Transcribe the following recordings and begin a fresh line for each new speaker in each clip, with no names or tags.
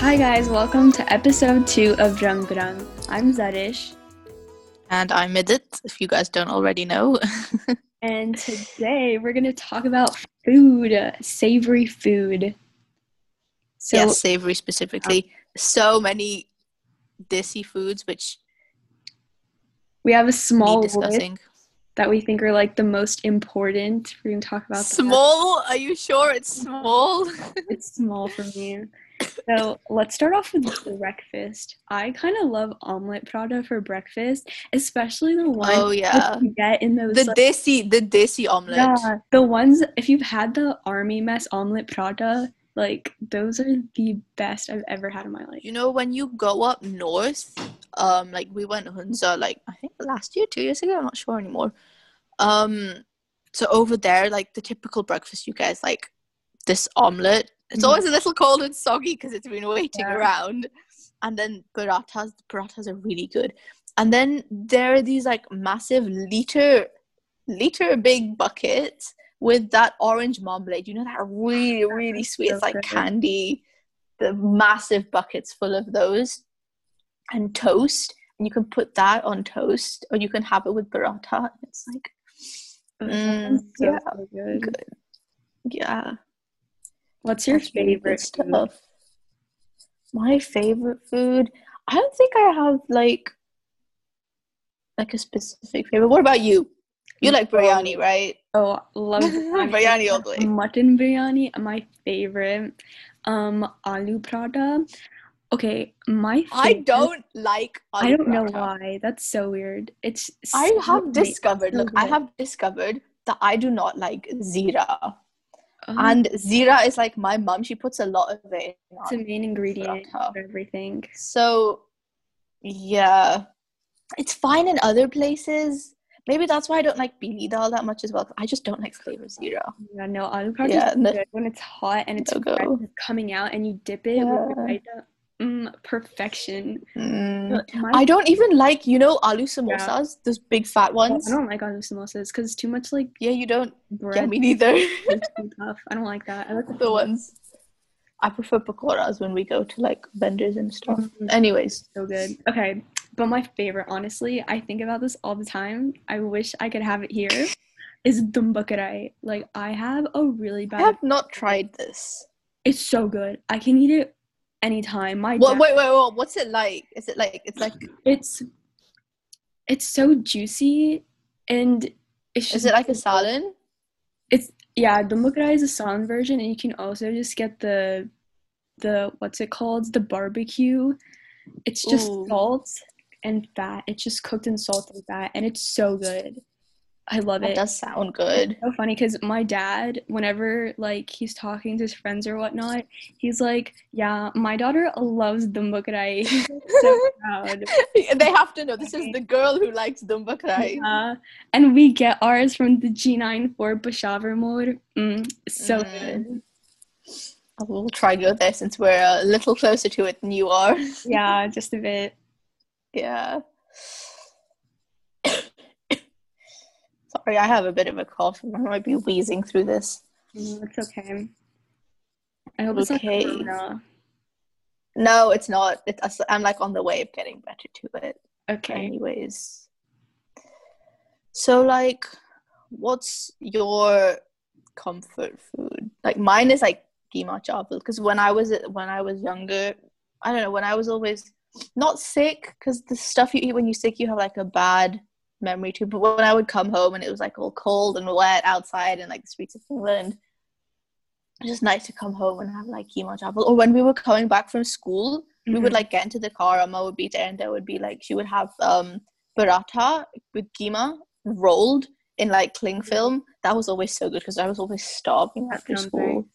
Hi guys, welcome to episode two of Drang Drang. I'm Zarish,
And I'm Midit, if you guys don't already know.
and today we're gonna talk about food, uh, savory food. So
yes, savory specifically. So many dissy foods which
we have a small
need
list
discussing.
that we think are like the most important. We're gonna talk about that.
Small? Are you sure it's small?
It's small for me. So let's start off with breakfast. I kind of love omelet Prada for breakfast, especially the one
Oh
that
yeah.
you get in those
The
like,
dissy the dissy omelette.
Yeah, the ones if you've had the army mess omelet Prada, like those are the best I've ever had in my life.
You know when you go up north, um like we went Hunza like I think last year, two years ago, I'm not sure anymore. Um so over there, like the typical breakfast you guys like this omelette. It's
Mhm.
always a little cold and soggy because it's been waiting
Yeah.
around. And then parathas, the parathas are really good. And then there are these like massive liter liter big buckets with that orange marmalade. You know that really, really sweet.
so
It's like
good.
candy. The massive buckets full of those. And toast. And you can put that on toast or you can have it with paratha. It's like
Oh, That
Mm,
sounds so,
yeah,
so good.
good. yeah.
What's your
That's really good
favorite food?
My favorite food. I don't think I have like like a specific favorite. What about you?
Mm,
You like biryani, right?
Oh, love
biryani all the way.
mutton biryani. My favorite, um, aloo Prada. Okay, my
I
favorite-
don't like.
I
aloo
don't know
paratha.
why. That's so weird. It's
I
so
have
ma-
discovered. Look, I
good.
have discovered that I do not like zira,
oh,
and zira is like my mum. She puts a lot of it. In
it's
our
a main ingredient
paratha.
for everything.
So, yeah, it's fine in other places. Maybe that's why I don't like Bili dal that much as well. 'cause I just don't like flavor zero.
Yeah, no, aloo paratha
Yeah,
is
no-
good when it's hot and it's
no
fresh
go.
and it's coming out and you dip it
Yeah.
with raita. Mm, perfection.
Mm.
But my-
I don't even like, you know, aloo samosas, those big fat
I
ones.
don't like aloo samosas because it's too much like
Yeah, you don't. Yeah,
bread
me neither.
and stuff. I don't like that. I like
the ones. I prefer pakoras when we go to like vendors and stuff.
Mhm.
Anyways,
so good. Okay, but my favorite, honestly, I think about this all the time. I wish I could have it here. Is dumbakarai. Like I have a really
I
bad.
have not tried this.
It's so good. I can eat it anytime. My
What,
dad-
wait, wait, wait. What's it like? Is it like, it's like,
it's it's so juicy and it's
is
just
it like a salad?
yeah dumbukrai is a song version and you can also just get the the what's it called the barbecue it's just
Ooh.
salt and fat it's just cooked in salt and fat and it's so good i love
That
it
does sound good.
so funny because my dad, whenever like he's talking to his friends or whatnot, he's like, "Yeah, my daughter loves dumbukrai." He's like, so proud.
they have to know this is the girl who likes Dumba Krai.
Yeah. And we get ours from the G9 for Peshawar mode. Mm, so
Mm.
good.
I will try go there since we're a little closer to it than you are.
Yeah, just a bit.
yeah. Sorry, I have a bit of a cough. I might be wheezing through this.
Mm, It's okay. I hope it's okay.
Okay. No, it's not. It, I'm like on the way of getting better to it.
Okay.
Anyways. So, like, what's your comfort food? Like, mine is like keema chawal because when I was when I was younger, I don't know. When I was always not sick because the stuff you eat when you're sick, you have like a bad memory too. But when I would come home and it was like all cold and wet outside and like the streets of England. It was just nice to come home and have like keema chapel. Or when we were coming back from school,
Mm-hmm.
we would like get into the car Amma would be there and there would be like she would have um paratha with keema rolled in like cling film that was always so good because I was always starving
That
after
sounds
school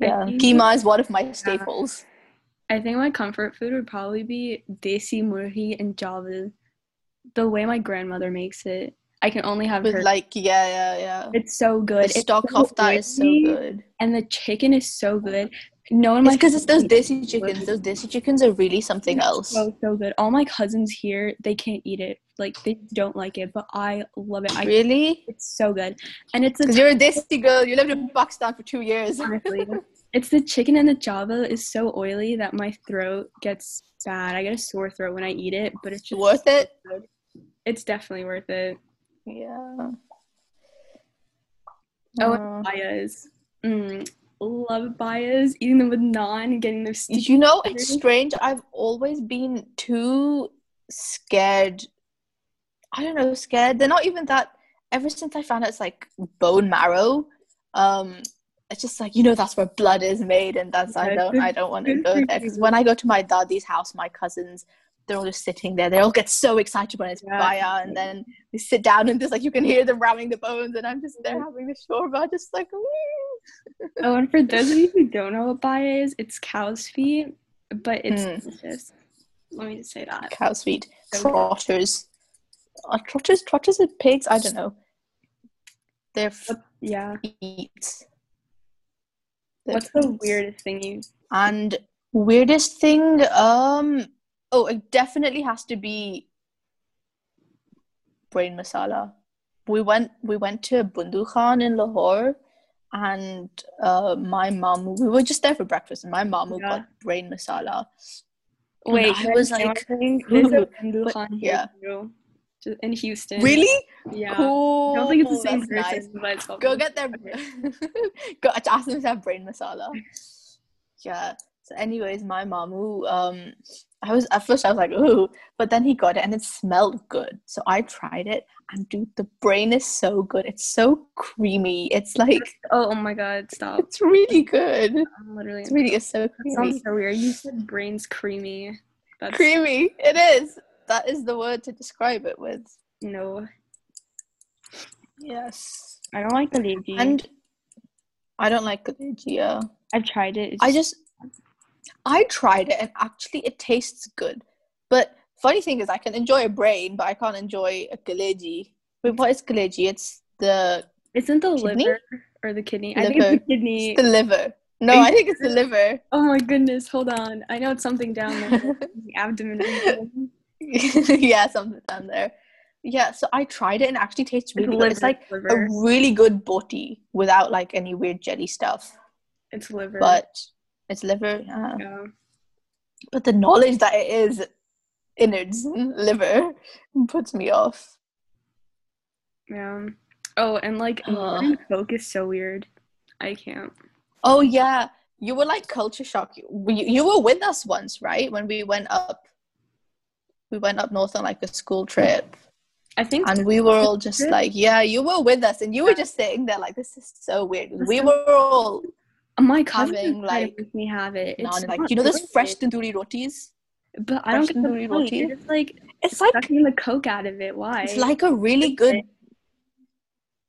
nice.
yeah
I think-
keema is one of my staples
I think my comfort food would probably be desi murhi and jawal. The way my grandmother makes it, I can only have her.
with like yeah yeah yeah
it's so good.
the
It's
stock
so
of that is so
oily,
good
And the chicken is so good. No one Oh
it's
my
because it's those
chickens.
desi chickens those desi chickens are really something else
so so good. All my cousins here, they can't eat it. Like they don't like it, but I love it. I
really
it's so good, and it's a
because you're a desi girl you lived in Pakistan for two years
honestly, It's the chicken and the java is so oily that my throat gets bad. I get a sore throat when I eat it, but it's just
Worth it?
It's definitely worth it.
Yeah.
Oh,
Uh,
and bayas. Mm, love bayas. Eating them with naan, getting their sticky.
you know, it's strange. I've always been too scared. I don't know, scared. They're not even that. Ever since I found out it's like bone marrow, um, it's just like you know that's where blood is made, and that's I
Yeah,
don't
good-
I don't want to
good
go
for
there because
you.
when I go to my daddy's house, my cousins. They're all just sitting there. They all get so excited when it's
Yeah.
fire, and then they sit down, and there's like you can hear them ramming the bones, and I'm just there having the shawarma, just like. "Wee."
Oh, and for those of you who don't know what baya is, it's cow's feet, but it's
Mm.
delicious. Let me just say that.
cow's feet,
So-
trotters. Are trotters trotters are pigs? I don't know. Their
Yeah.
feet. Their
What's the
feet.
weirdest thing you?
and weirdest thing? Um oh it definitely has to be brain masala. We went we went to Bundu Khan in Lahore and uh, my mom we were just there for breakfast and my mom
Yeah.
got brain masala. And
Wait,
I
can
was
say one
like,
thing? there's a
"Ooh,"
Hindu
but-
Khan
yeah.
here too, ju- in Houston.
Really?
Yeah.
Cool.
I don't think it's the same
that's
person,
nice.
but it's called
Go
Hindu
get their.
Khan.
go ask them to have brain masala. Yeah. So, anyways, my mamu, um, I was at first I was like, ooh, but then he got it and it smelled good. So I tried it, and dude, the brain is so good. It's so creamy. It's like
Oh, oh my God! Stop.
it's really good.
I'm literally.
It's really it's so
That sounds
creamy.
so weird. You said brains creamy. That's
Creamy. It is. That is the word to describe it with.
no.
Yes.
I don't like the leafy.
And I don't like Galegia.
I've tried it. It's
I just I tried it and actually it tastes good. But funny thing is I can enjoy a brain, but I can't enjoy a kaleji. Wait, what is kaleji? It's the
isn't the
kidney?
liver or the kidney? I think it's
Liver.
the kidney.
it's the liver. No,
Are you
I think it's the liver.
oh my goodness! Hold on. I know it's something down there. the abdomen. or something.
yeah, something down there. Yeah, so I tried it and it actually tastes
It's
really good. It's
liver,
like a
liver.
really good boti without like any weird jelly stuff.
It's liver.
But it's liver. Uh,
yeah.
but the knowledge that it is innards
Mm-hmm.
liver puts me off.
Yeah. Oh, and like
Ugh.
modern folk is so weird. I can't.
Oh yeah, you were like culture shock. You, you were with us once, right? When we went up, we went up north on like a school trip,
I think
and we were all just
Trip?
like, yeah, you were with us, and you were just sitting there like, this is so weird.
This
We
is-
were all
my cousin
having,
tried to
like,
make me have it. It's
non like,
not
you know, those
good,
fresh tandoori rotis.
But I don't
fresh
get the
tandoori
point. You're
roti?
just like
It's like
sucking the coke out of it. Why?
it's like a really good.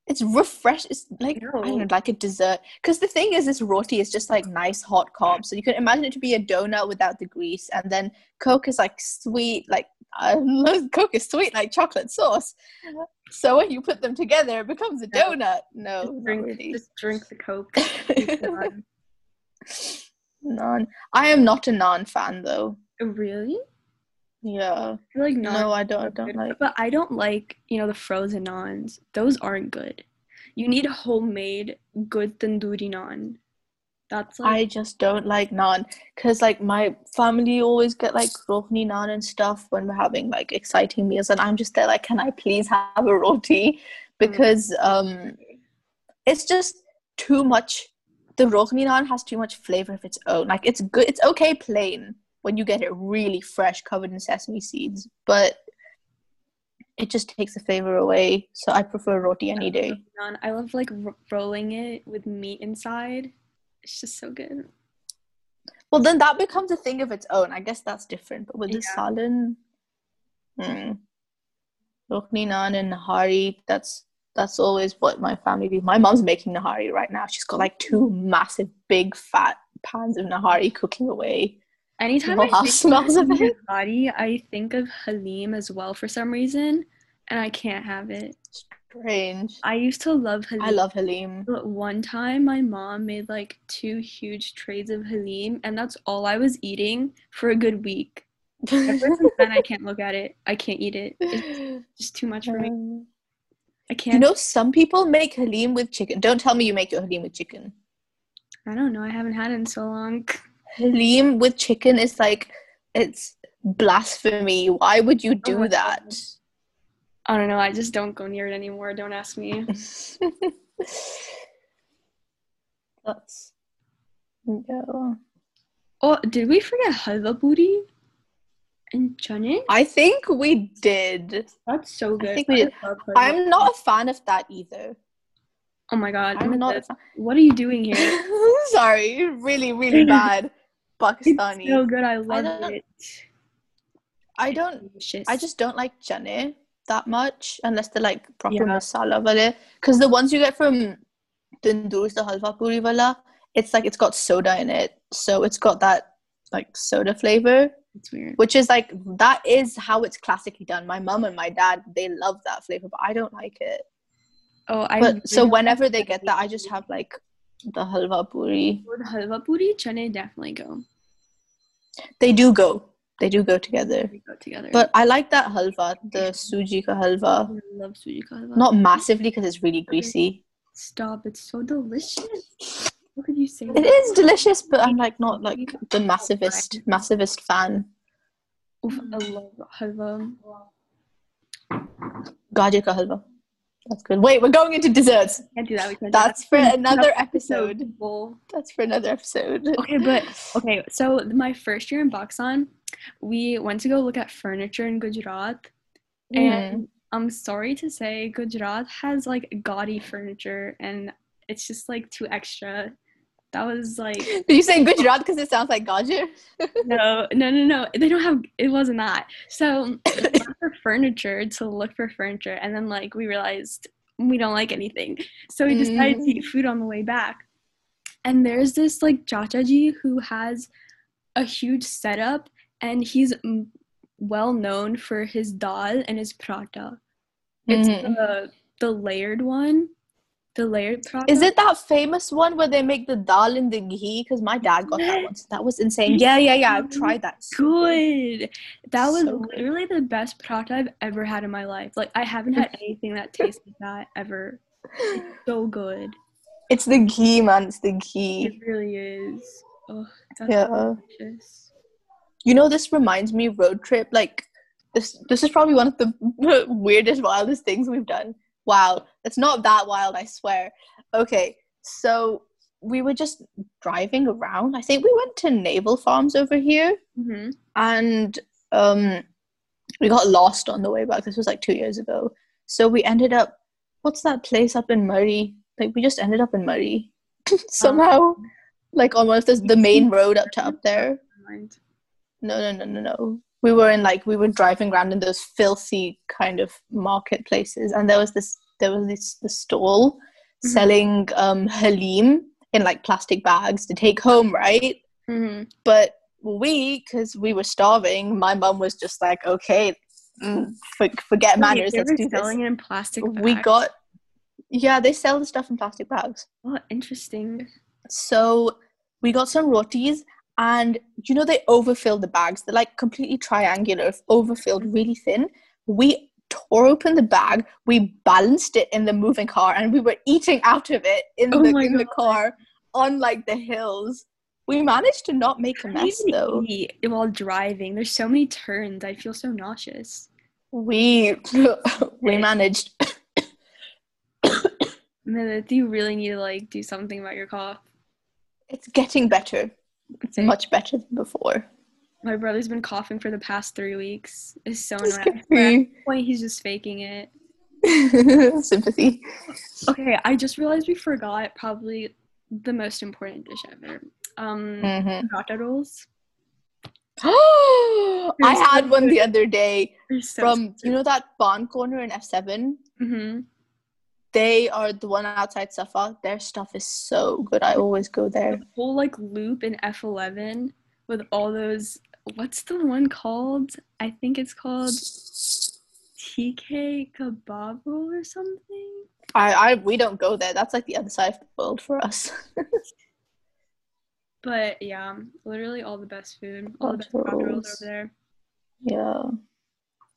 It's refresh. It's like I don't
No.
know, like a dessert. Because the thing is, this roti is just like nice hot carbs. So you can imagine it to be a donut without the grease, and then Coke is like sweet, like I love Coke is sweet like chocolate sauce. So when you put them together, it becomes a
Yeah.
donut. No,
just
not
drink,
really.
just drink the coke. It's not-
naan. I am not a naan fan though.
Oh, really?
Yeah.
I feel like not.
No, I don't. I don't like.
But I don't like you know the frozen naans. Those aren't good. You need homemade good tandoori naan. That's like
I just don't like naan because like my family always get like rohni naan and stuff when we're having like exciting meals and I'm just there like can I please have a roti because um it's just too much the rohni naan has too much flavor of its own like it's good it's okay plain when you get it really fresh covered in sesame seeds but it just takes the flavor away so I prefer roti any day
naan. I love like r- rolling it with meat inside. It's just so good.
Well, then that becomes a thing of its own. I guess that's different. But with the
Yeah.
Salin, hmm, Rokhni Naan and Nahari, that's that's always what my family do. My mom's making Nahari right now. She's got like two massive, big, fat pans of Nahari cooking away.
Anytime
Your
I
house smells of
think
it.
of body, I think of Halim as well for some reason, and I can't have it.
Strange.
I used to love Halim.
I love Halim.
But one time, my mom made like two huge trays of halim, and that's all I was eating for a good week. Ever since then, I can't look at it. I can't eat it. It's just too much for me.
Um,
I can't.
you know, some people make Halim with chicken. Don't tell me you make your Halim with chicken.
I don't know. I haven't had it in so long.
Halim with chicken is like it's blasphemy. Why would you do
Oh my
that?
I don't know. I just don't go near it anymore. Don't ask me.
That's yeah.
Oh, did we forget halva puri and chane?
I think we did.
That's so good.
think we did.
love halva.
I'm not a fan of that either.
Oh my god!
I'm not. A fan.
What are you doing here?
Sorry, really, really bad
it's so
Pakistani.
good. I love
don't-
it. Oh,
I don't.
Delicious.
I just don't like chane that much unless they're like proper
Yeah.
masala wale. Because the ones you get from Tandur's, the halwa puri wala, it's like it's got soda in it, so it's got that like soda flavor,
it's weird.
which is like that is how it's classically done. My mum and my dad they love that flavor, but I don't like it.
Oh, I.
But so
really
whenever
like
they get that, I just have like the halwa puri.
Would halva puri chane definitely go?
They do go. They do go together.
We go together.
But I like that halwa, the suji ka
I
halwa.
love suji ka halva.
Not massively because it's really greasy.
Stop! It's so delicious. How could you say
It
that?
is delicious, but I'm like not like the massivist massivist fan.
Oof, I love halva.
Gaje ka halwa. That's good. Wait, we're going into desserts.
Can't do that. We can't do that.
That's for another
So
episode.
people-
That's for another episode.
Okay, but okay. So my first year in Baksan, we went to go look at furniture in Gujarat,
Mm.
and I'm sorry to say, Gujarat has like gaudy furniture, and it's just like too extra. That was like
Did you say Gujarat because it sounds like Gaje?
no, no, no, no. They don't have. It wasn't that. So we went for furniture to look for furniture, and then like we realized we don't like anything, so we decided to eat food on the way back. And there's this like Chachaji who has a huge setup, and he's mm, well known for his dal and his prata. It's
Mhm.
the the layered one, the layered prata.
Is it that famous one where they make the dal in the ghee? Because my dad got that once. That was insane.
Yes.
Yeah, yeah, yeah. I've tried that.
good. That was
So good.
literally the best prata I've ever had in my life. Like I haven't had anything that tastes like that ever. So good.
It's the ghee, man. It's the
It
ghee.
really is. Oh, that's
Yeah.
delicious.
You know, this reminds me road trip. Like this. This is probably one of the weirdest, wildest things we've done. Wow, it's not that wild, I swear. Okay, so we were just driving around. I think we went to Naval Farms over here.
hmm
and um, we got lost on the way back. This was like two years ago. So we ended up, what's that place up in Murray? Like we just ended up in Murray somehow, like on one of the the main road up to up there.
Mind.
No, no, no, no, no. We were in like we were driving around in those filthy kind of marketplaces, and there was this there was this the stall
Mhm.
selling um, halim in like plastic bags to take home, right?
Mhm.
but we because we were starving my mum was just like okay mm, for, forget manners
Wait,
let's
they were
do this
selling it in plastic.
we
bags?
got yeah they sell the stuff in plastic bags
Oh, interesting.
so we got some rotis and you know they overfilled the bags they're like completely triangular overfilled really thin we tore open the bag we balanced it in the moving car and we were eating out of it in,
Oh
the,
my
in the
God.
car on like the hills we managed to not make a
How do you
mess
even
though
eat while driving. There's so many turns. I feel so nauseous.
We we managed.
Milith, you really need to like do something about your cough.
It's getting better,
It's
much better than before.
My brother's been coughing for the past three weeks. It's so
It's
annoying. I swear, At
getting-
this point, he's just faking it.
Sympathy.
Okay, I just realized we forgot probably the most important dish ever. Um,
hmm
burrata rolls.
I had one the other day
They're so
from you know that Bon corner in F seven.
hmm
They are the one outside Safa. Their stuff is so good. I always go there.
whole like loop in F11 with all those. What's the one called? I think it's called TK kebab roll or something.
I, I we don't go there. That's like the other side of the world for us.
But yeah, literally all the best food, all the best
Burrata
burrata rolls
rolls.
over there.
yeah.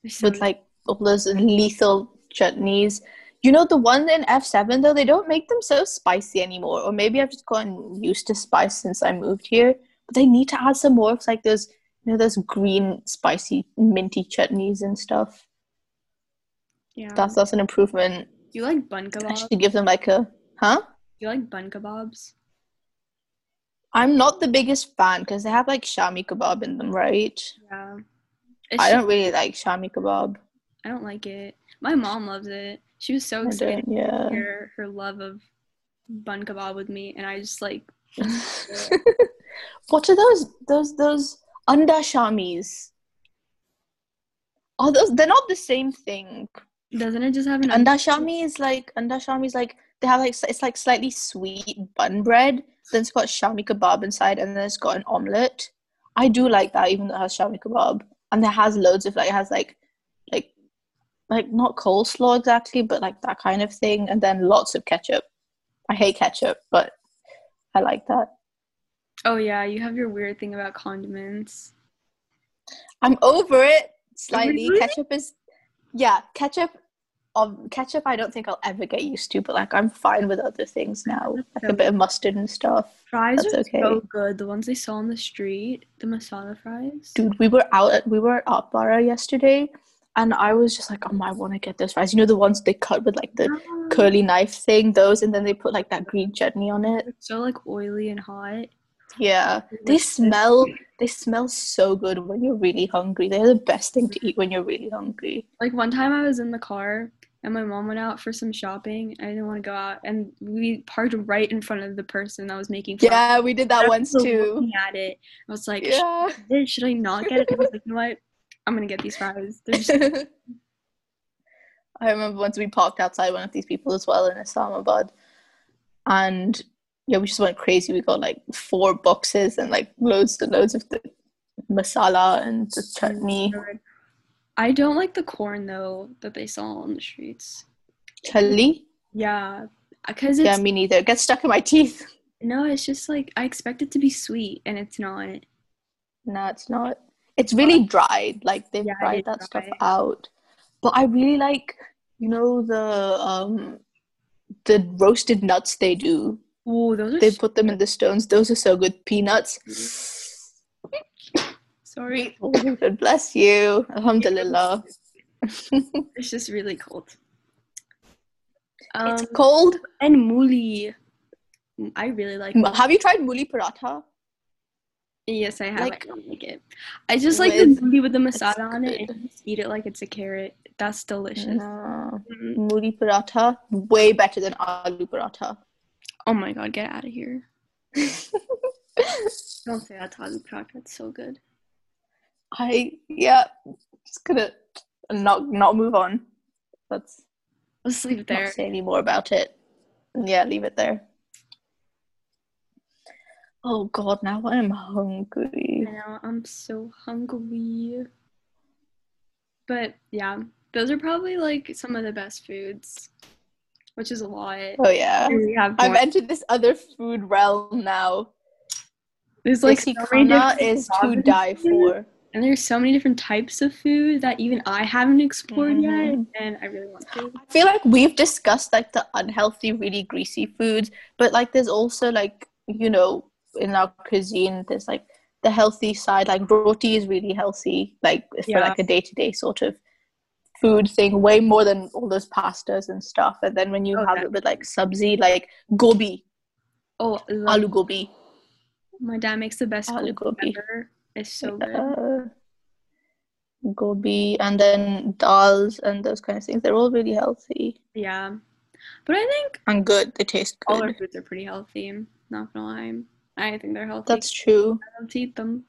They're so
with like all those lethal chutneys. You know the one in F7 though, they don't make them so spicy anymore. Or maybe I've just gotten used to spice since I moved here. But they need to add some more of like those you know those green spicy minty chutneys and stuff.
Yeah.
That's that's an improvement.
Do you like bun kebabs?
I should give them like a huh?
Do you like bun kebabs?
I'm not the biggest fan because they have like shami kebab in them, right?
Yeah.
I don't really like shami kebab.
I don't like it. My mom loves it. She was so
I
excited
don't, yeah.
to share her love of bun kebab with me, and I just like
what are those those those anda shamis? Are those they're not the same thing.
doesn't it just have an
Anda shami is like anda shami is like they have like s- it's like slightly sweet bun bread. Then it's got shami kebab inside, and then it's got an omelette. I do like that, even though it has shami kebab, and it has loads of like it has like like like not coleslaw exactly, but like that kind of thing, and then lots of ketchup. I hate ketchup, but I like that.
Oh yeah, you have your weird thing about condiments.
I'm over it slightly.
Really?
Ketchup is, yeah, ketchup. Um, ketchup, I don't think I'll ever get used to, but like I'm fine with other things now, like a bit of mustard and stuff.
Fries
That's
are
okay.
so good. The ones they sell on the street, the masala fries.
Dude, we were out at we were at Art Bara yesterday, and I was just like, oh, my, I want to get those fries. You know the ones they cut with like the
Ah,
curly knife thing, those, and then they put like that green chutney on it.
they're so like oily and hot.
Yeah, they
Delicious.
smell they smell so good when you're really hungry. They're the best thing to eat when you're really hungry.
Like one time I was in the car and my mom went out for some shopping. I didn't want to go out, and we parked right in front of the person that was making. fries.
Yeah, we did
And
that
I
once
was
too.
Looking at it, I was like, should,
Yeah.
I get it? Should I not get it? I was like, you know what? I'm gonna get these fries. They're just
I remember once we parked outside one of these people as well in Islamabad, and yeah, we just went crazy. We got like four boxes and like loads and loads of the masala and the chutney.
good. I don't like the corn though that they sell on the streets.
Chali?
Yeah, because it's
Yeah, me neither. It gets stuck in my teeth.
no, it's just like I expect it to be sweet and it's not.
No, it's not. It's really dried. Like they've
Yeah, it is
dried that stuff
dried.
out. But I really like, you know, the um the roasted nuts they do.
Ooh, those are
They
so-
put them in the stones. Those are so good. Peanuts.
sorry.
Oh, God bless you. Alhamdulillah.
It's just really cold. Um,
it's cold.
and mooli. I really like.
M- Have you tried muli paratha?
Yes, I have.
Like-
I don't like it. I just like the
With-
moody with the
it's
masala on it
good.
and just eat it like it's a carrot. That's delicious.
No.
Mm.
Muli paratha, way better than aloo paratha.
Oh my god, get out of here. Don't say that to Alu Paratha. It's so good.
I, yeah, just gonna not not move on. Let's
Let's leave it
not
there.
say any more about it. Yeah, leave it there. Oh God, now I'm hungry.
I know, I'm so hungry. But yeah, those are probably like some of the best foods, which is a lot.
Oh yeah,
And we have
I've
more.
entered this other food realm now.
There's like
Like
so many different
is to
provinces,
die for.
And there's so many different types of food that even I haven't explored
Mhm.
yet, and I really want to.
I feel like we've discussed like the unhealthy, really greasy foods, but like there's also like you know in our cuisine there's like the healthy side. Like roti is really healthy, like for
Yeah.
like a day to day sort of food thing, way more than all those pastas and stuff. And then when you
Oh,
have it with like subzi, like gobi,
Oh, I love-
aloo gobi,
my dad makes the best
Aloo
gold
gobi.
ever. It's so good.
uh, gobi, and then dals and those kind of things. They're all really healthy
Yeah, but I think
and good. They taste
all our
good.
foods are pretty healthy. Not gonna lie, I think they're healthy.
That's true.
I love to eat them.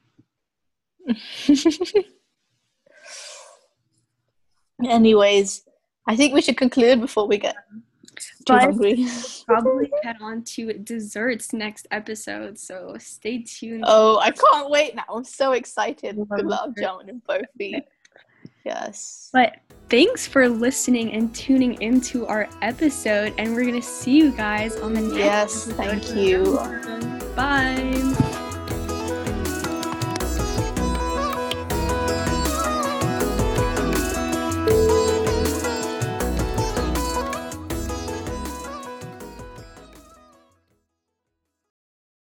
Anyways, I think we should conclude before we get too
But-
hungry.
Probably head on to desserts next episode, so stay tuned.
oh, I can't wait now. I'm so excited.
Love
Gulab
it.
jamun and Burfi. Yes.
But thanks for listening and tuning into our episode, and we're gonna see you guys on the next.
Yes,
episode
thank
of
you.
Round One. Bye.